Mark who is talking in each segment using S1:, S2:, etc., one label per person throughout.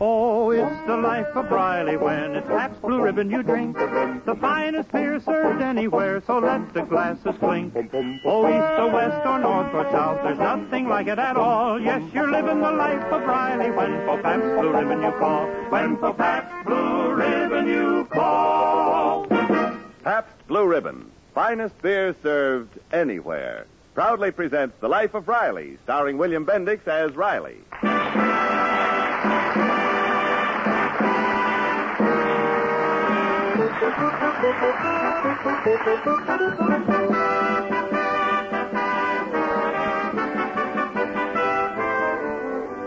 S1: Oh, it's the life of Briley when it's Pabst Blue Ribbon you drink. The finest beer served anywhere, so let the glasses clink. Oh, east or west or north or south, there's nothing like it at all. Yes, you're living the life of Briley when for Pabst Blue Ribbon you call. When for Pabst Blue Ribbon you call.
S2: Pabst Blue Ribbon, finest beer served anywhere, proudly presents The Life of Riley, starring William Bendix as Riley.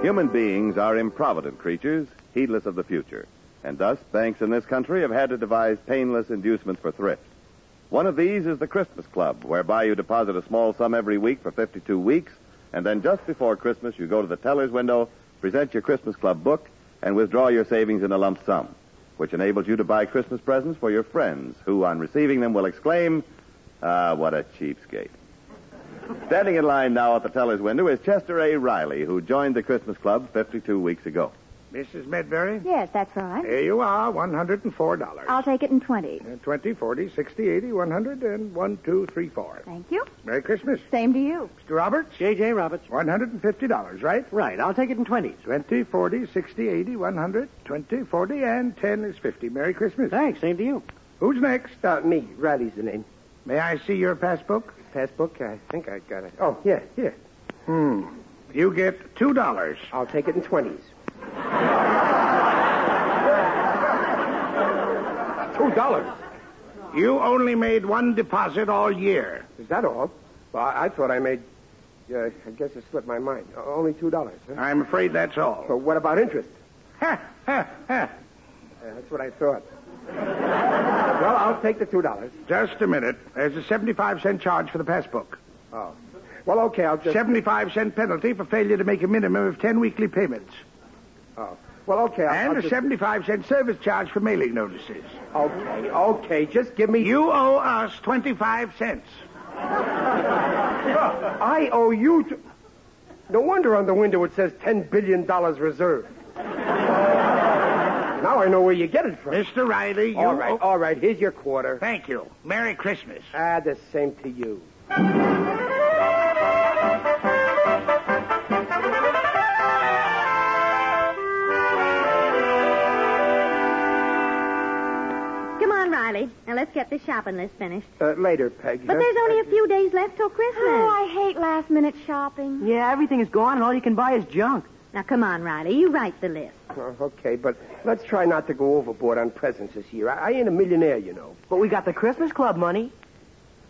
S2: Human beings are improvident creatures, heedless of the future, and thus banks in this country have had to devise painless inducements for thrift. One of these is the Christmas Club, whereby you deposit a small sum every week for 52 weeks, and then just before Christmas you go to the teller's window, present your Christmas Club book, and withdraw your savings in a lump sum, which enables you to buy Christmas presents for your friends, who, on receiving them, will exclaim, Ah, what a cheapskate. Standing in line now at the teller's window is Chester A. Riley, who joined the Christmas Club 52 weeks ago.
S3: Mrs. Medbury?
S4: Yes, that's right.
S3: Here you are, $104.
S4: I'll take it in 20.
S3: Uh, 20, 40, 60, 80, 100, and 1, 2, 3, 4.
S4: Thank you.
S3: Merry Christmas.
S4: Same to you.
S3: Mr. Roberts?
S5: J.J. Roberts.
S3: $150, right?
S5: Right, I'll take it in 20s.
S3: 20, 40, 60, 80, 100, 20, 40, and 10 is 50. Merry Christmas.
S5: Thanks, same to you.
S3: Who's next?
S6: Uh, me, Riley's the name.
S3: May I see your passbook?
S6: Passbook, I think I got it. Oh, yeah, here.
S3: Hmm. You get $2.
S6: I'll take it in 20s. $2?
S3: You only made one deposit all year.
S6: Is that all? Well, I, I thought I made. Yeah, I guess it slipped my mind. O- only $2, huh?
S3: I'm afraid that's all.
S6: But what about interest?
S3: Ha, ha, ha.
S6: Yeah, that's what I thought. well, I'll take the $2.
S3: Just a minute. There's a 75 cent charge for the passbook.
S6: Oh. Well, okay, I'll just.
S3: 75 cent penalty for failure to make a minimum of 10 weekly payments.
S6: Oh. Well, okay, I'll.
S3: and
S6: I'll
S3: a
S6: just...
S3: 75 cent service charge for mailing notices.
S6: Okay, okay, just give me.
S3: You owe us 25 cents.
S6: I owe you. T- no wonder on the window it says $10 billion reserve. now I know where you get it from.
S3: Mr. Riley, you
S6: all right,
S3: owe-
S6: all right, here's your quarter.
S3: Thank you. Merry Christmas.
S6: Ah, the same to you.
S4: Come on, Riley. Now let's get this shopping list finished.
S6: Uh, later, Peg.
S4: But
S6: huh?
S4: there's only a few days left till Christmas.
S7: Oh, I hate last minute shopping.
S5: Yeah, everything is gone, and all you can buy is junk.
S4: Now come on, Riley. You write the list.
S6: Uh, okay, but let's try not to go overboard on presents this year. I, I ain't a millionaire, you know.
S5: But we got the Christmas Club money.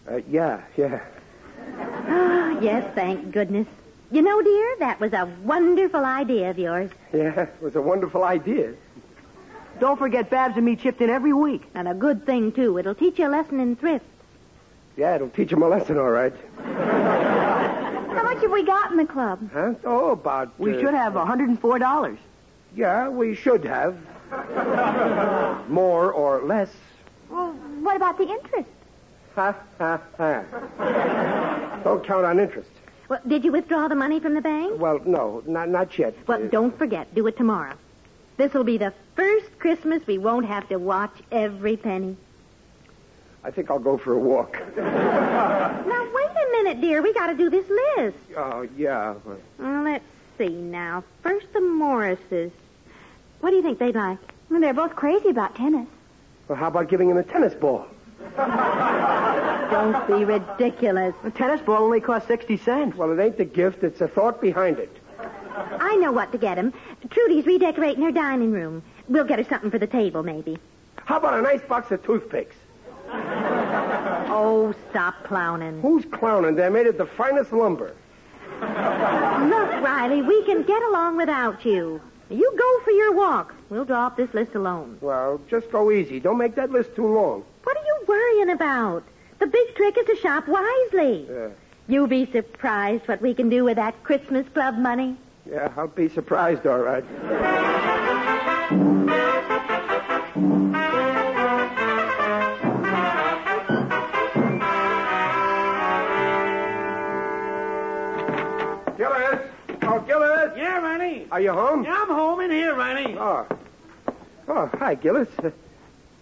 S6: Uh, yeah, yeah.
S4: Oh, yes, thank goodness. You know, dear, that was a wonderful idea of yours.
S6: Yeah, it was a wonderful idea.
S5: Don't forget, Babs and me chipped in every week.
S4: And a good thing, too. It'll teach you a lesson in thrift.
S6: Yeah, it'll teach him a lesson, all right.
S7: How much have we got in the club?
S6: Huh? Oh, about.
S5: We
S6: uh,
S5: should have $104.
S6: Yeah, we should have. More or less.
S7: Well, what about the interest?
S6: Ha, ha, ha. Don't count on interest.
S4: Well, did you withdraw the money from the bank?
S6: Well, no, not, not yet.
S4: Well, don't forget. Do it tomorrow. This will be the first Christmas we won't have to watch every penny.
S6: I think I'll go for a walk.
S4: Now, wait a minute, dear. We got to do this list.
S6: Oh, yeah.
S4: Well, let's see now. First, the Morrises. What do you think they'd like?
S7: I mean, they're both crazy about tennis.
S6: Well, how about giving him a tennis ball?
S4: Don't be ridiculous.
S5: A tennis ball only costs 60 cents.
S6: Well, it ain't the gift, it's the thought behind it.
S4: I know what to get him. Trudy's redecorating her dining room. We'll get her something for the table, maybe.
S6: How about a nice box of toothpicks?
S4: Oh, stop clowning.
S6: Who's clowning? They're made of the finest lumber.
S4: Look, Riley, we can get along without you. You go for your walk. We'll draw up this list alone.
S6: Well, just go easy. Don't make that list too long.
S4: What are you worrying about? The big trick is to shop wisely.
S6: Yeah,
S4: You'll be surprised what we can do with that Christmas club money.
S6: yeah, I'll be surprised, all right. Gillis! Oh, Gillis! Gillis?
S1: Yeah, Ronnie.
S6: Are you home?
S1: Yeah, I'm home in here, Ronnie.
S6: Oh. Oh, hi, Gillis.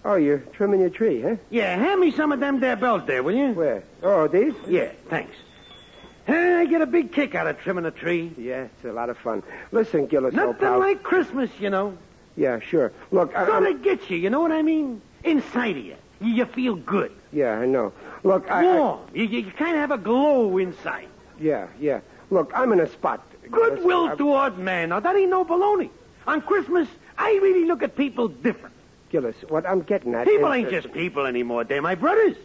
S6: Oh, you're trimming your tree, huh?
S1: Yeah, hand me some of them there belts there, will you?
S6: Where? Oh, these?
S1: Yeah, thanks. Hey, I get a big kick out of trimming a tree.
S6: Yeah, it's a lot of fun. Listen, Gillis, old
S1: Nothing
S6: pal.
S1: like Christmas, you know.
S6: Yeah, sure. Look, I,
S1: Gonna
S6: I'm-
S1: get you, you know what I mean? Inside of you. You, you feel good.
S6: Yeah, I know. Look, I... I-
S1: Warm. You, you kind of have a glow inside.
S6: Yeah, yeah. Look, I'm in a spot. Gillis.
S1: Goodwill
S6: I'm-
S1: toward man. Now, that ain't no baloney. On Christmas, I really look at people different.
S6: Gillis, what I'm getting at
S1: People
S6: is-
S1: ain't just people anymore. They're my brothers.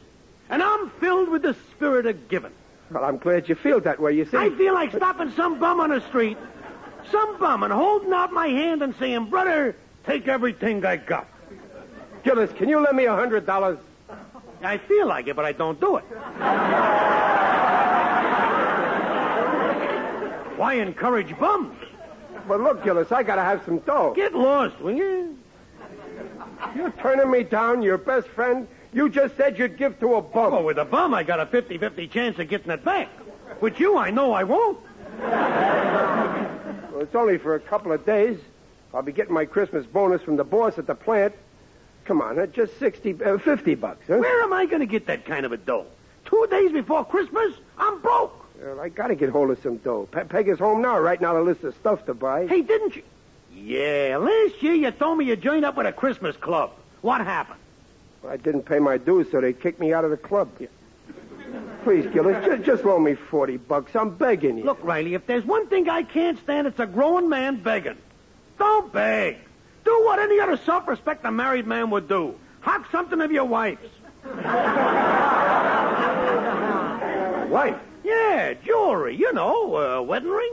S1: And I'm filled with the spirit of giving.
S6: Well, I'm glad you feel that way, you see.
S1: I feel like stopping some bum on the street, some bum, and holding out my hand and saying, Brother, take everything I got.
S6: Gillis, can you lend me a hundred dollars?
S1: I feel like it, but I don't do it. Why encourage bums?
S6: Well, look, Gillis, I gotta have some dough.
S1: Get lost, will you?
S6: You're turning me down, your best friend. You just said you'd give to a bum.
S1: Well, Oh, with a bum, I got a 50 50 chance of getting it back. With you, I know I won't.
S6: Well, it's only for a couple of days. I'll be getting my Christmas bonus from the boss at the plant. Come on, huh? just 60, uh, 50 bucks, huh?
S1: Where am I going to get that kind of a dough? Two days before Christmas, I'm broke.
S6: Well, I gotta get hold of some dough. Pe- Peg is home now, writing out a list of stuff to buy.
S1: Hey, didn't you? Yeah, last year you told me you joined up with a Christmas club. What happened?
S6: I didn't pay my dues, so they kicked me out of the club. Please, Gillis, just, just loan me 40 bucks. I'm begging you.
S1: Look, Riley, if there's one thing I can't stand, it's a grown man begging. Don't beg. Do what any other self-respecting married man would do. Hock something of your wife's.
S6: wife.
S1: Yeah, jewelry, you know, uh, wedding ring.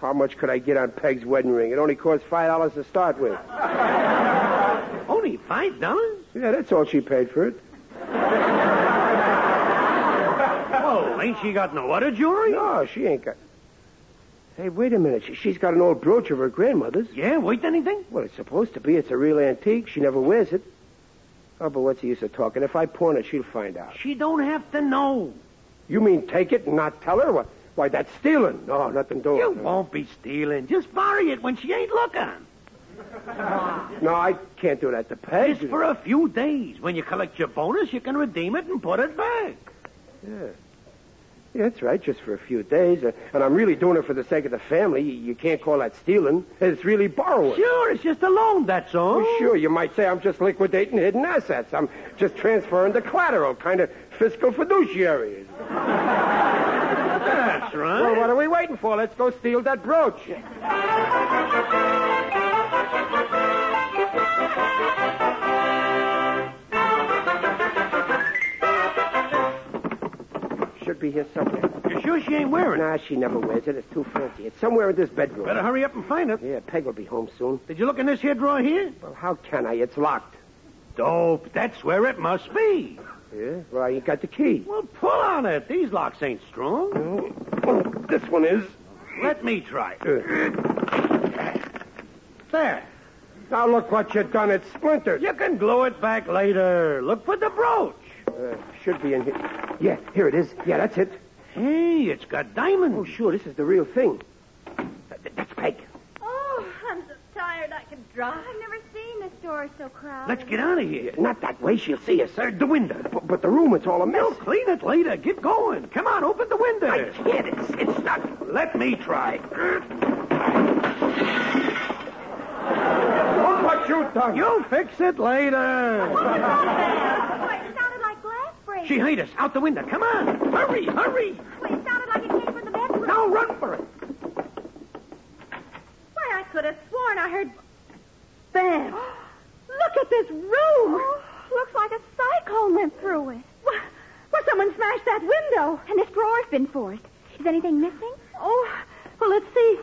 S6: How much could I get on Peg's wedding ring? It only cost $5 to start with.
S1: Only five dollars?
S6: Yeah, that's all she paid for it.
S1: Oh, ain't she got no other jewelry?
S6: No, she ain't got. Hey, wait a minute. She, she's got an old brooch of her grandmother's.
S1: Yeah, worth anything?
S6: Well, it's supposed to be. It's a real antique. She never wears it. Oh, but what's the use of talking? If I pawn it, she'll find out.
S1: She don't have to know.
S6: You mean take it and not tell her? Why, why that's stealing. No, nothing doing.
S1: You won't be stealing. Just bury it when she ain't looking.
S6: No, I can't do that to Peg.
S1: Just for a few days. When you collect your bonus, you can redeem it and put it back.
S6: Yeah. Yeah, that's right. Just for a few days. Uh, and I'm really doing it for the sake of the family. You, you can't call that stealing. It's really borrowing.
S1: Sure, it's just a loan, that's all.
S6: Well, sure, you might say I'm just liquidating hidden assets. I'm just transferring the collateral, kind of fiscal fiduciary.
S1: That's right.
S6: Well, what are we waiting for? Let's go steal that brooch. Should be here somewhere.
S1: You sure she ain't wearing it?
S6: Nah, she never wears it. It's too fancy. It's somewhere in this bedroom.
S1: Better hurry up and find it.
S6: Yeah, Peg will be home soon.
S1: Did you look in this here drawer here?
S6: Well, how can I? It's locked.
S1: Dope. That's where it must be.
S6: Yeah? Well, I ain't got the key.
S1: Well, pull on it. These locks ain't strong.
S6: Oh, this one is.
S1: Let me try. it.
S6: Uh,
S1: There.
S6: Now look what you done. It's splintered.
S1: You can glue it back later. Look for the brooch.
S6: Uh, should be in here. Yeah, here it is. Yeah, that's it.
S1: Hey, it's got
S6: Oh,
S1: diamonds.
S6: sure, this is the real thing. Th- th- That's Peg.
S7: Oh, I'm so tired I could drive. I've never seen this door so crowded.
S1: Let's get out of here.
S6: Not that way. She'll see us.
S1: There's the window.
S6: But, but the room, it's all a mess.
S1: We'll clean it later. Get going. Come on, open the window.
S6: I can't. It's, it's stuck.
S1: Let me try.
S6: Look what you done.
S1: You'll fix it later.
S7: Why, it sounded like glass breaking.
S1: She heard us. Out the window. Come on. Hurry, hurry.
S7: Why, it sounded like it came from the bedroom.
S1: Now run for it.
S4: Why, I could have sworn I heard. Bam! Look at this room!
S7: Looks like a cyclone went through it.
S4: Why, why, someone smashed that window!
S7: And this drawer's been forced. Is anything missing?
S4: Oh, well, let's see.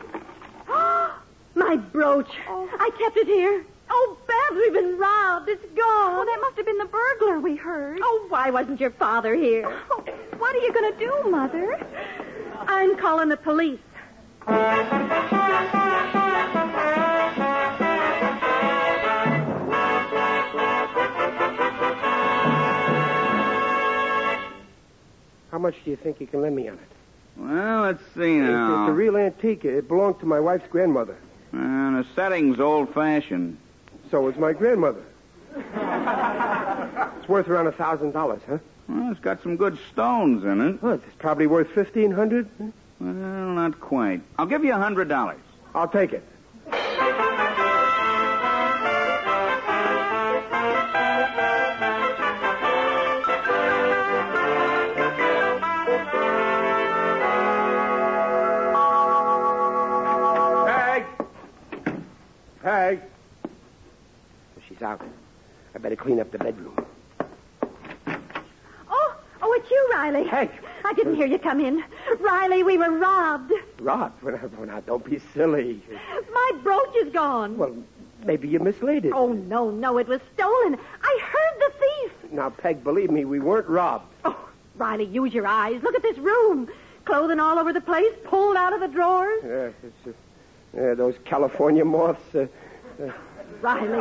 S4: My brooch.
S7: Oh.
S4: I kept it here. Oh, Babs, we've been robbed. It's gone.
S7: Well, Oh, that must have been the burglar we heard.
S4: Oh, why wasn't your father here?
S7: Oh, what are you going to do, Mother?
S4: I'm calling the police.
S6: How much do you think you can lend me on it?
S8: Well, let's see
S6: It's, it's a
S8: now.
S6: real antique. It belonged to my wife's grandmother.
S8: Uh, the setting's old-fashioned.
S6: So was my grandmother. it's worth around a thousand dollars, huh?
S8: Well, it's got some good stones in it.
S6: Well, it's probably worth fifteen hundred.
S8: Well, not quite. I'll give you a hundred dollars.
S6: I'll take it. Peg! Peg! She's out. I better clean up the bedroom.
S4: Oh, oh, it's you, Riley.
S6: Hey.
S4: I didn't hear you come in. Riley, we were robbed.
S6: Rob, well, now, now, don't be silly.
S4: My brooch is gone.
S6: Well, maybe you mislaid it.
S4: Oh, no, no, it was stolen. I heard the thief.
S6: Now, Peg, believe me, we weren't robbed.
S4: Oh, Riley, use your eyes. Look at this room. Clothing all over the place, pulled out of the drawers.
S6: Yeah, it's, uh, yeah, those California moths. Uh,
S4: Riley.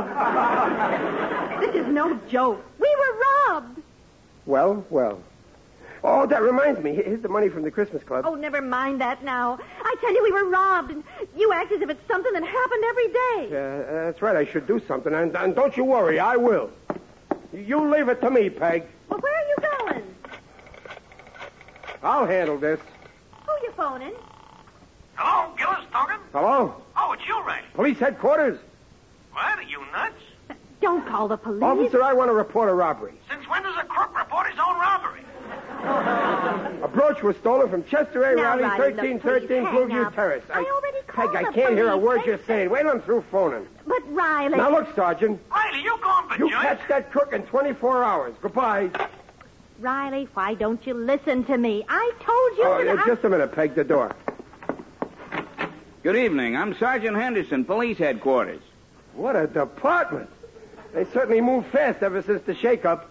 S4: this is no joke. We were robbed.
S6: well, well. Oh, that reminds me. Here's the money from the Christmas club.
S4: Oh, never mind that now. I tell you, we were robbed, and you act as if it's something that happened every day.
S6: Uh, uh, that's right. I should do something. And, and don't you worry, I will. You leave it to me, Peg.
S4: Well, where are you going?
S6: I'll handle this.
S4: Who you phoning?
S9: Hello, Gillis talking?
S6: Hello?
S9: Oh, it's you, Ray.
S6: Police headquarters?
S9: What? Are you nuts?
S4: Don't call the police.
S6: Officer, I want to report a robbery.
S9: Since when does a crook report his own robbery?
S6: A brooch was stolen from Chester A.
S4: Now,
S6: Riley,
S4: Riley, look,
S6: 1313
S4: please, hang
S6: Blueview
S4: up.
S6: Terrace.
S4: I already
S6: Peg,
S4: called
S6: I
S4: the
S6: can't hear a
S4: police.
S6: word
S4: They-
S6: you're saying. Wait till I'm through phoning.
S4: But Riley.
S6: Now, look, Sergeant.
S9: Riley, you gone for
S6: You
S9: joint?
S6: catch that crook in 24 hours. Goodbye.
S4: Riley, why don't you listen to me? I told you
S6: Oh,
S4: that
S6: yeah,
S4: I...
S6: just a minute, Peg, the door.
S8: Good evening. I'm Sergeant Henderson, police headquarters.
S6: What a department. They certainly moved fast ever since the shakeup.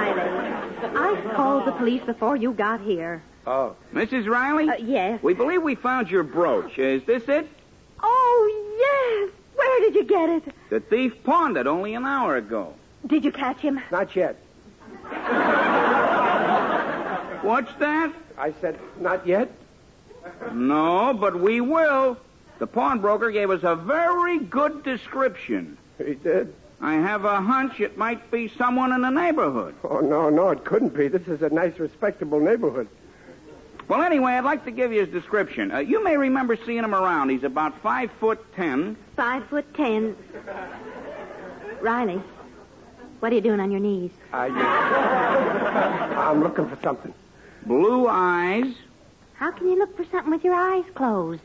S4: Riley, I called the police before you got here.
S6: Oh.
S8: Mrs. Riley?
S4: Uh, yes.
S8: We believe we found your brooch. Is this it?
S4: Oh, yes. Where did you get it?
S8: The thief pawned it only an hour ago.
S4: Did you catch him?
S6: Not yet.
S8: What's that?
S6: I said, not yet?
S8: No, but we will. The pawnbroker gave us a very good description.
S6: He did.
S8: I have a hunch it might be someone in the neighborhood.
S6: Oh, no, no, it couldn't be. This is a nice, respectable neighborhood.
S8: Well, anyway, I'd like to give you his description. Uh, you may remember seeing him around. He's about five foot ten.
S4: Five foot ten. Riley, what are you doing on your knees?
S6: I, I'm looking for something.
S8: Blue eyes,
S4: How can you look for something with your eyes closed?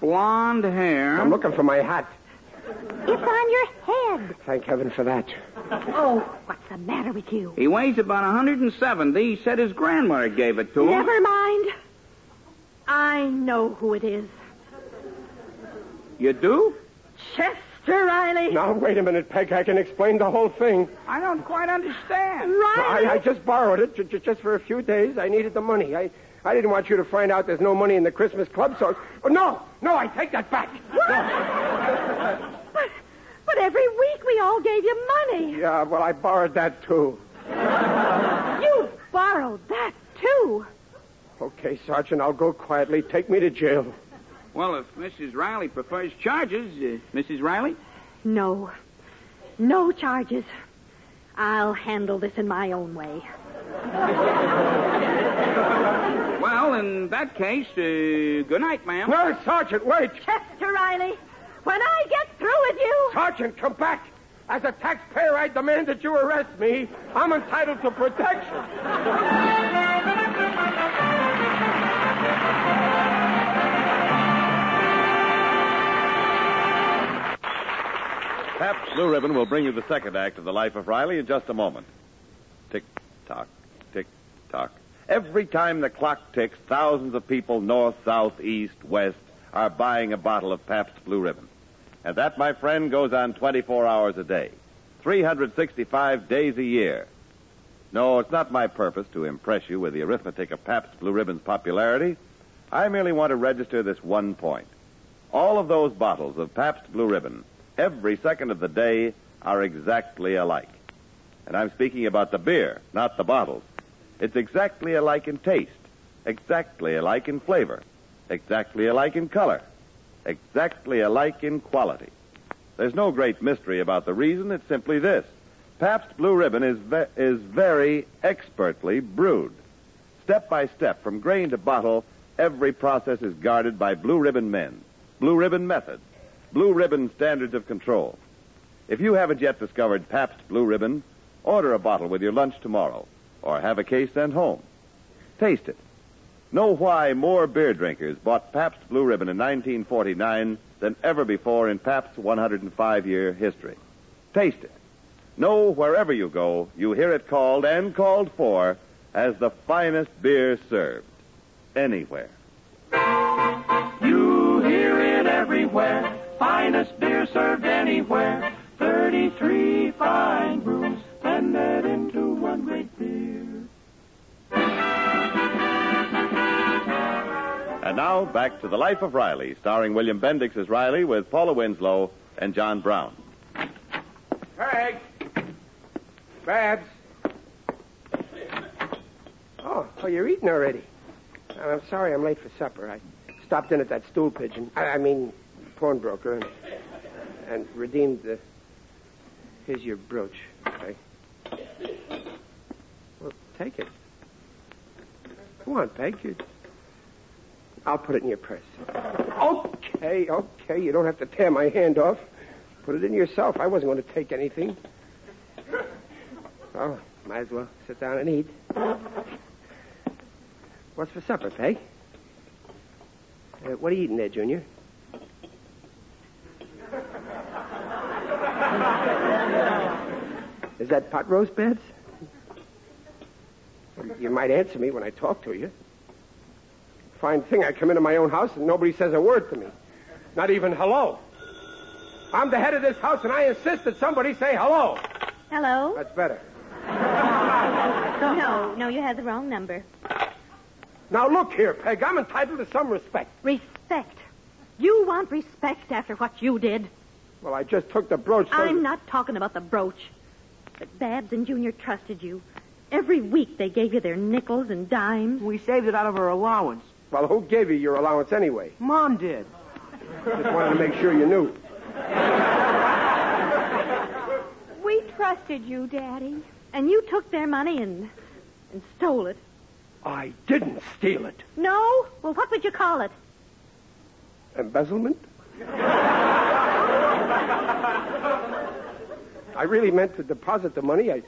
S8: blonde hair.
S6: I'm looking for my hat.
S4: It's on your head.
S6: Thank heaven for that.
S4: Oh, what's the matter with you?
S8: He weighs about 170. He said his grandmother gave it to him.
S4: Never mind. I know who it is.
S8: You do?
S4: Chester Riley.
S6: Now, wait a minute, Peg. I can explain the whole thing.
S8: I don't quite understand.
S4: Riley.
S6: I, I just borrowed it ju- ju- just for a few days. I needed the money. I, I didn't want you to find out there's no money in the Christmas club, so. Oh, no! No, I take that back!
S4: But, but every week we all gave you money.
S6: Yeah, well, I borrowed that too.
S4: You borrowed that, too.
S6: Okay, Sergeant, I'll go quietly. Take me to jail.
S8: Well, if Mrs. Riley prefers charges, uh, Mrs. Riley?
S4: No. No charges. I'll handle this in my own way.
S8: Well, in that case, uh, good night, ma'am.
S6: No, Sergeant, wait!
S4: Chester Riley, when I get through with you.
S6: Sergeant, come back! As a taxpayer, I demand that you arrest me. I'm entitled to protection.
S2: Pabst Blue Ribbon will bring you the second act of The Life of Riley in just a moment. Tick tock, tick tock. Every time the clock ticks, thousands of people, north, south, east, west, are buying a bottle of Pabst Blue Ribbon. And that, my friend, goes on 24 hours a day, 365 days a year. No, it's not my purpose to impress you with the arithmetic of Pabst Blue Ribbon's popularity. I merely want to register this one point. All of those bottles of Pabst Blue Ribbon, every second of the day, are exactly alike. And I'm speaking about the beer, not the bottles. It's exactly alike in taste, exactly alike in flavor, exactly alike in color, exactly alike in quality. There's no great mystery about the reason. It's simply this. Pabst Blue Ribbon is, ve- is very expertly brewed. Step by step, from grain to bottle, every process is guarded by Blue Ribbon men, Blue Ribbon methods, Blue Ribbon standards of control. If you haven't yet discovered Pabst Blue Ribbon, order a bottle with your lunch tomorrow, or have a case sent home. Taste it. Know why more beer drinkers bought Pabst Blue Ribbon in 1949 than ever before in Pabst's 105 year history. Taste it. Know wherever you go, you hear it called and called for as the finest beer served anywhere.
S1: You hear it everywhere. Finest beer served anywhere. 33 fine brews blended into one great beer.
S2: And now back to the life of Riley, starring William Bendix as Riley with Paula Winslow and John Brown.
S6: Peg! Babs! Oh, oh, you're eating already. I'm sorry I'm late for supper. I stopped in at that stool pigeon. I, I mean, pawnbroker, and, and redeemed the. Here's your brooch. Peg. Well, take it. Come on, Peg. You... I'll put it in your purse. Oh. Okay, okay. You don't have to tear my hand off. Put it in yourself. I wasn't going to take anything. Well, might as well sit down and eat. What's for supper, Peg? Uh, what are you eating there, Junior? Is that pot roast, Babs? You might answer me when I talk to you. Fine thing, I come into my own house and nobody says a word to me. Not even hello. I'm the head of this house and I insist that somebody say hello.
S4: Hello?
S6: That's better.
S4: No, no, you have the wrong number.
S6: Now look here, Peg, I'm entitled to some respect.
S4: Respect. You want respect after what you did?
S6: Well, I just took the
S5: Oh,
S6: brooch. so-
S4: I'm not talking about the brooch. But Babs and Junior trusted you. Every week they gave you their nickels and dimes.
S5: We saved it out of her allowance.
S6: Well, who gave you your allowance anyway?
S5: Mom did.
S6: Just wanted to make sure you knew.
S7: We trusted you, Daddy.
S4: And you took their money and and stole it.
S6: I didn't steal it.
S4: No? Well, what would you call it?
S6: Embezzlement? I really meant to deposit the money. I,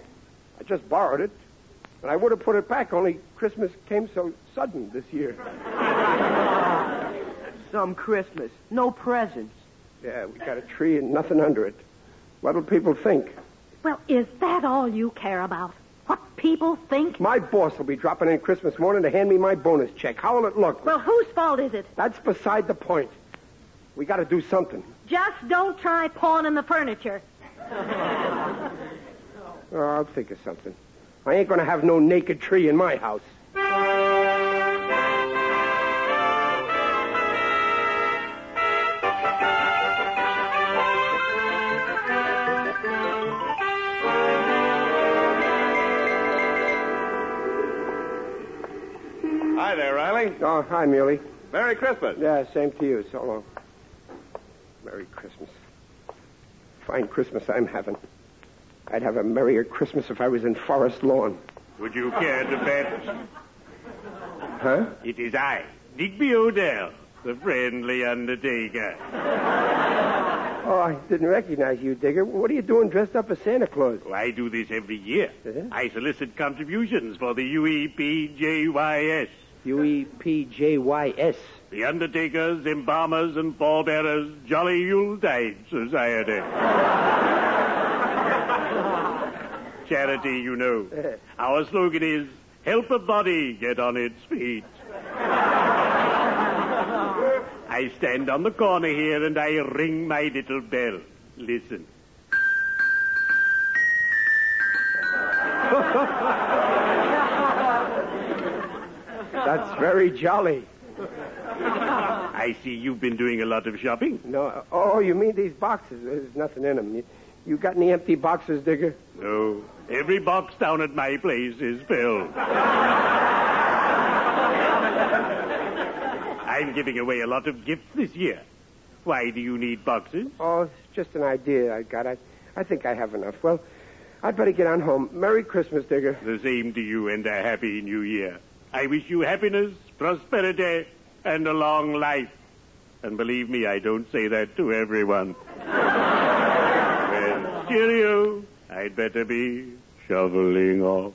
S6: I just borrowed it. And I would have put it back, only Christmas came so sudden this year.
S5: Some Christmas. No presents.
S6: Yeah, we got a tree and nothing under it. What'll people think?
S4: Well, is that all you care about? What people think?
S6: My boss will be dropping in Christmas morning to hand me my bonus check. How will it look?
S4: Well, whose fault is it?
S6: That's beside the point. We got to do something.
S4: Just don't try pawning the furniture.
S6: Oh, I'll think of something. I ain't going to have no naked tree in my house.
S2: Hi there, Riley.
S6: Oh, hi, Muley.
S2: Merry Christmas.
S6: Yeah, same to you. So long. Merry Christmas. Fine Christmas I'm having. I'd have a merrier Christmas if I was in Forest Lawn.
S9: Would you care to bet?
S6: Huh?
S9: It is I, Digby Odell, the friendly undertaker.
S6: Oh, I didn't recognize you, Digger. What are you doing dressed up as Santa Claus?
S9: Well, I do this every year.
S6: Uh-huh.
S9: I solicit contributions for the E UEPJYS,
S6: U E P J Y S.
S9: the Undertakers, Embalmers, and Pallbearers Jolly Yuletide Society. Charity, you know.
S6: Uh-huh.
S9: Our slogan is help a body get on its feet. I stand on the corner here and I ring my little bell. Listen.
S6: That's very jolly. Ah.
S9: I see you've been doing a lot of shopping.
S6: No, oh, you mean these boxes? There's nothing in them. You, You got any empty boxes, Digger?
S9: No. Every box down at my place is filled. I'm giving away a lot of gifts this year. Why do you need boxes?
S6: Oh, it's just an idea I got. I, I think I have enough. Well, I'd better get on home. Um, Merry Christmas, Digger.
S9: The same to you and a happy new year. I wish you happiness, prosperity, and a long life. And believe me, I don't say that to everyone. well, cheerio. I'd better be shoveling off.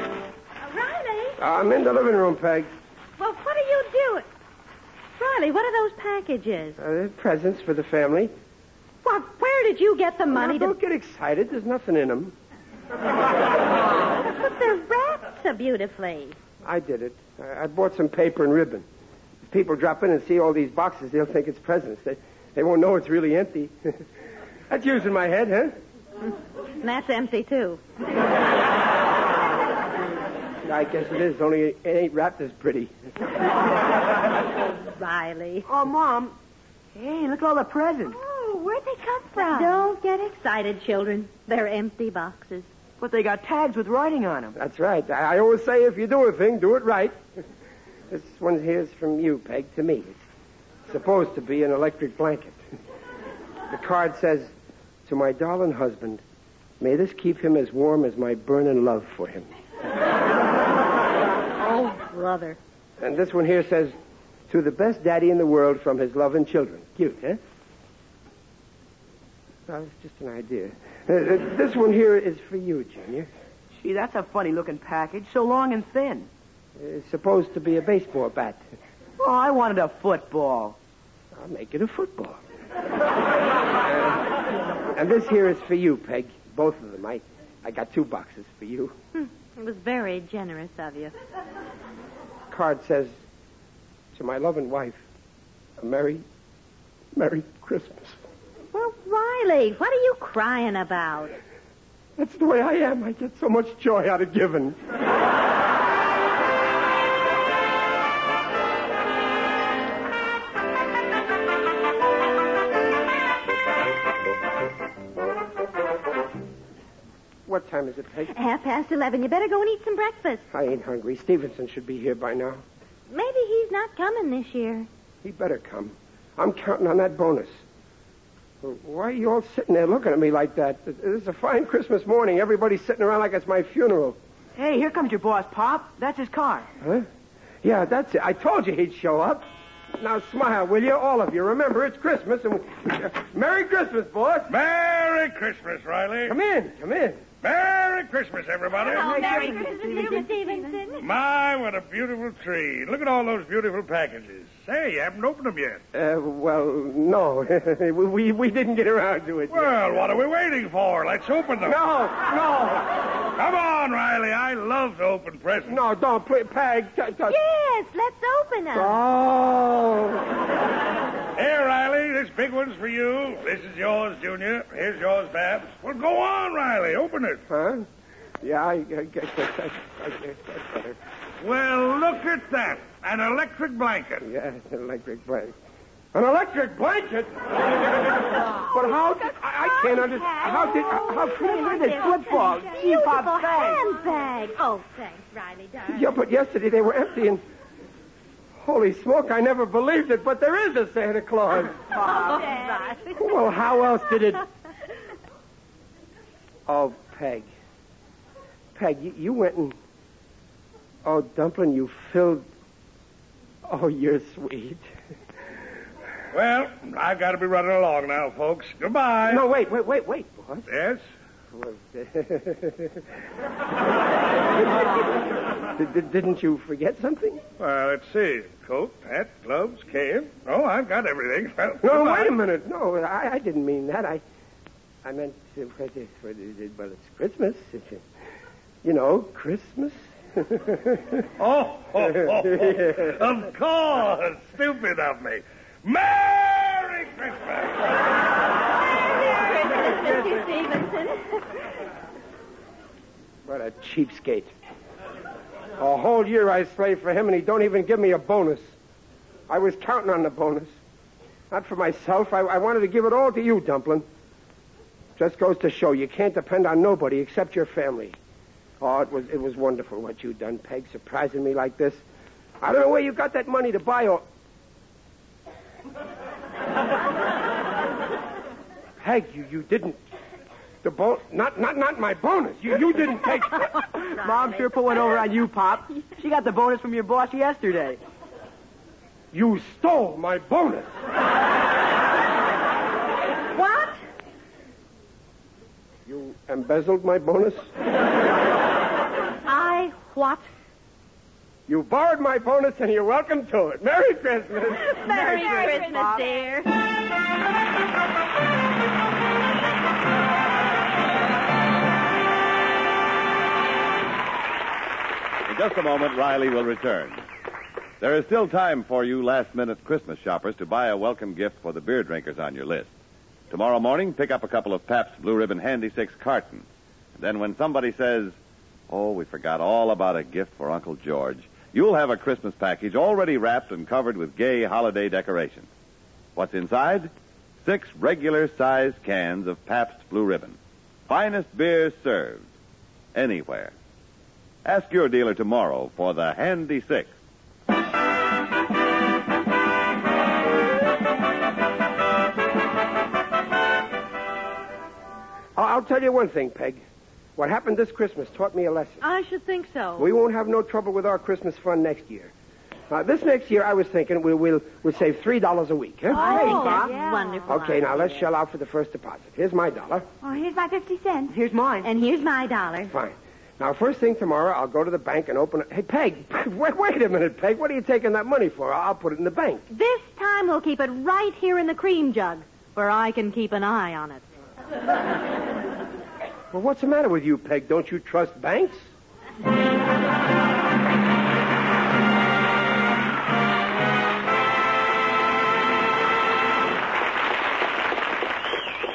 S7: Riley?
S6: I'm in the living room, Peg.
S7: Well, what are you doing?
S4: Riley, what are those packages?
S6: Uh, there's presents for the family.
S4: What? Where did you get the money
S6: Now,
S4: to?
S6: don't get excited. There's nothing in them.
S4: But they're wrapped so beautifully.
S6: I did it. I, I bought some paper and ribbon. If people drop in and see all these boxes, they'll think it's presents. They, they won't know it's really empty. That's yours in my head, huh?
S4: And that's empty too.
S6: I guess it is, only it ain't wrapped as pretty.
S4: Riley.
S5: Oh, Mom. Hey, look at all the presents.
S7: Oh, where'd they come from?
S4: Don't get excited, children. They're empty boxes.
S5: But they got tags with writing on them.
S6: That's right. I, I always say if you do a thing, do it right. this one here's from you, Peg, to me. It's supposed to be an electric blanket. the card says, To my darling husband, may this keep him as warm as my burning love for him.
S4: Oh, brother.
S6: And this one here says, To the best daddy in the world from his loving children. Cute, huh? Well, it's just an idea. Uh, uh, this one here is for you, Junior.
S5: Gee, that's a funny looking package, so long and thin.
S6: It's supposed to be a baseball bat.
S5: Oh, I wanted a football.
S6: I'll make it a football. Uh, and this here is for you, Peg. Both of them. I, I got two boxes for you.
S4: Hmm, It was very generous of you.
S6: Card says, to my loving wife, a merry, merry Christmas.
S4: Well, Riley, what are you crying about?
S6: That's the way I am. I get so much joy out of giving. What time is it, Peg?
S4: Half past eleven. You better go and eat some breakfast.
S6: I ain't hungry. Stevenson should be here by now.
S4: Maybe he's not coming this year.
S6: He better come. I'm counting on that bonus. Why are you all sitting there looking at me like that? This is a fine Christmas morning. Everybody's sitting around like it's my funeral.
S5: Hey, here comes your boss, Pop. That's his car.
S6: Huh? Yeah, that's it. I told you he'd show up. Now smile, will you, all of you? Remember, it's Christmas, and we... Merry Christmas, boss.
S9: Merry Christmas, Riley.
S6: Come in, come in.
S9: Merry Christmas, everybody.
S7: Oh, Merry Christmas to you, Stevenson.
S9: My, what a beautiful tree. Look at all those beautiful packages. Say, you haven't opened them yet.
S6: Uh, well, no, we, we we didn't get around to it. yet.
S9: Well, what are we waiting for? Let's open them.
S6: No,
S9: Come on, Riley. I love to open presents.
S6: no, no, don't play, Peg. T- t-
S4: Yes, let's open them.
S6: Oh,
S9: Here, Riley, this big one's for you. This is yours, Junior. Here's yours, Babs. Well, go on, Riley. Open it.
S6: huh? Yeah, I, I guess that's, I guess that's better.
S9: Well, look at that. An electric blanket.
S6: Yeah, an electric blanket. An electric blanket? but how? Did, I, I can't understand. How did? How could?
S5: Look at this football. Gee,
S4: Beautiful
S5: Pop, thanks.
S4: handbag. Oh, thanks, Riley, darling.
S6: Yeah, but yesterday they were empty and. Holy smoke, I never believed it, but there is a Santa Claus.
S4: Oh, Riley.
S6: Well, how else did it. Oh, Peg. Peg, you, you went and. Oh, Dumpling, you filled. Oh, you're sweet.
S9: Well, I've got to be running along now, folks. Goodbye.
S6: No, wait, wait, wait, wait, boss.
S9: Yes?
S6: Did- did- Didn't you forget something?
S9: Well, let's see. Coat, hat, gloves, cane. Oh, I've got everything. Well,
S6: No,
S9: goodbye.
S6: wait a minute. No, I, I didn't mean that. I, I meant uh, well, it- well, it- well, it's Christmas. You know, Christmas.
S9: Oh, oh, oh, oh. of course. Stupid of me. Merry Christmas.
S7: Merry Christmas, Mr. Stevenson.
S6: What a cheapskate. A whole year I slaved for him, and he don't even give me a bonus. I was counting on the bonus. Not for myself. I, I wanted to give it all to you, Dumplin. Just goes to show you can't depend on nobody except your family. Oh, it was it was wonderful what you done, Peg, surprising me like this. I don't know where you got that money to buy all. Peg, you, you didn't. The bon not not not my bonus. You you didn't take.
S5: Mom sure put one over on you, Pop. She got the bonus from your boss yesterday.
S6: You stole my bonus.
S4: What?
S6: You embezzled my bonus.
S4: I what?
S6: You borrowed my bonus, and you're welcome to it. Merry Christmas.
S4: Merry, Christmas, dear.
S2: In just a moment, Riley will return. There is still time for you last minute Christmas shoppers to buy a welcome gift for the beer drinkers on your list. Tomorrow morning, pick up a couple of Pabst Blue Ribbon Handy Six cartons. And then when somebody says, Oh, we forgot all about a gift for Uncle George, you'll have a Christmas package already wrapped and covered with gay holiday decorations. What's inside? Six regular sized cans of Pabst Blue Ribbon. Finest beer served anywhere. Ask your dealer tomorrow for the Handy Six.
S6: I'll, I'll tell you one thing, Peg. What happened this Christmas taught me a lesson.
S4: I should think so.
S6: We won't have no trouble with our Christmas fund next year. Uh, this next year, I was thinking we will we'll save three dollars a week. Huh?
S4: oh, that's wonderful.
S6: Okay, now let's shell out for the first deposit. Here's my dollar.
S7: Oh, here's my 50 cents.
S5: Here's mine.
S4: And here's my dollar.
S6: Fine. Now, first thing tomorrow, I'll go to the bank and open. A... Hey, Peg, wait, wait a minute, Peg. What are you taking that money for? I'll put it in the bank.
S4: This time we'll keep it right here in the cream jug, where I can keep an eye on it.
S6: Well, what's the matter with you, Peg? Don't you trust banks?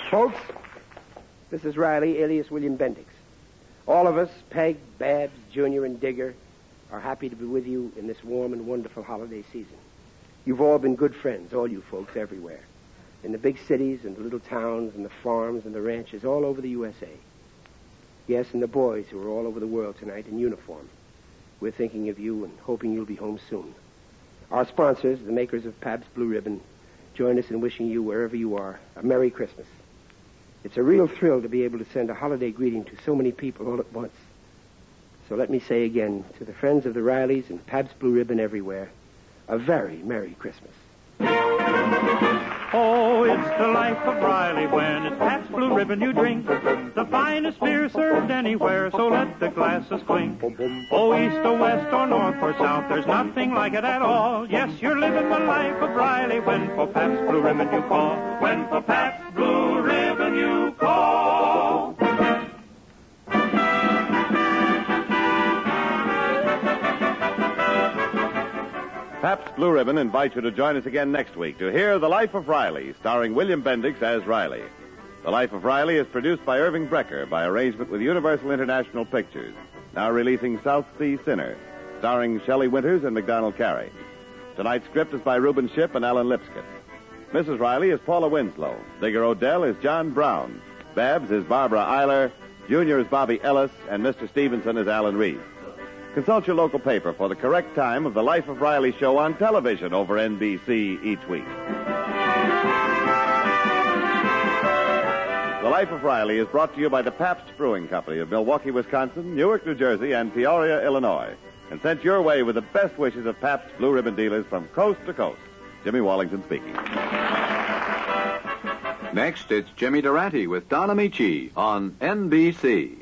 S6: Folks, this is Riley, alias William Bendix. All of us, Peg, Babs, Junior, and Digger, are happy to be with you in this warm and wonderful holiday season. You've all been good friends, all you folks everywhere, in the big cities and the little towns and the farms and the ranches all over the USA. Yes, and the boys who are all over the world tonight in uniform. We're thinking of you and hoping you'll be home soon. Our sponsors, the makers of Pabst Blue Ribbon, join us in wishing you, wherever you are, a Merry Christmas. It's a real thrill to be able to send a holiday greeting to so many people all at once. So let me say again to the friends of the Rileys and Pabst Blue Ribbon everywhere, a very Merry Christmas.
S1: Oh, it's the life of Riley when it's Pabst Blue Ribbon you drink. The finest beer served anywhere, so let the glasses clink. Oh, east or west or north or south, there's nothing like it at all. Yes, you're living the life of Riley when for Pabst Blue Ribbon you call. When for Pabst Blue Ribbon you call.
S2: Pabst Blue Ribbon invites you to join us again next week to hear The Life of Riley, starring William Bendix as Riley. The Life of Riley is produced by Irving Brecker by arrangement with Universal International Pictures, now releasing South Sea Sinner, starring Shelley Winters and McDonald Carey. Tonight's script is by Reuben Ship and Alan Lipscott. Mrs. Riley is Paula Winslow. Digger Odell is John Brown. Babs is Barbara Eiler. Junior is Bobby Ellis. And Mr. Stevenson is Alan Reed. Consult your local paper for the correct time of the Life of Riley show on television over NBC each week. The Life of Riley is brought to you by the Pabst Brewing Company of Milwaukee, Wisconsin, Newark, New Jersey, and Peoria, Illinois, and sent your way with the best wishes of Pabst Blue Ribbon dealers from coast to coast. Jimmy Wallington speaking.
S10: Next, it's Jimmy Durante with Don Amici on NBC.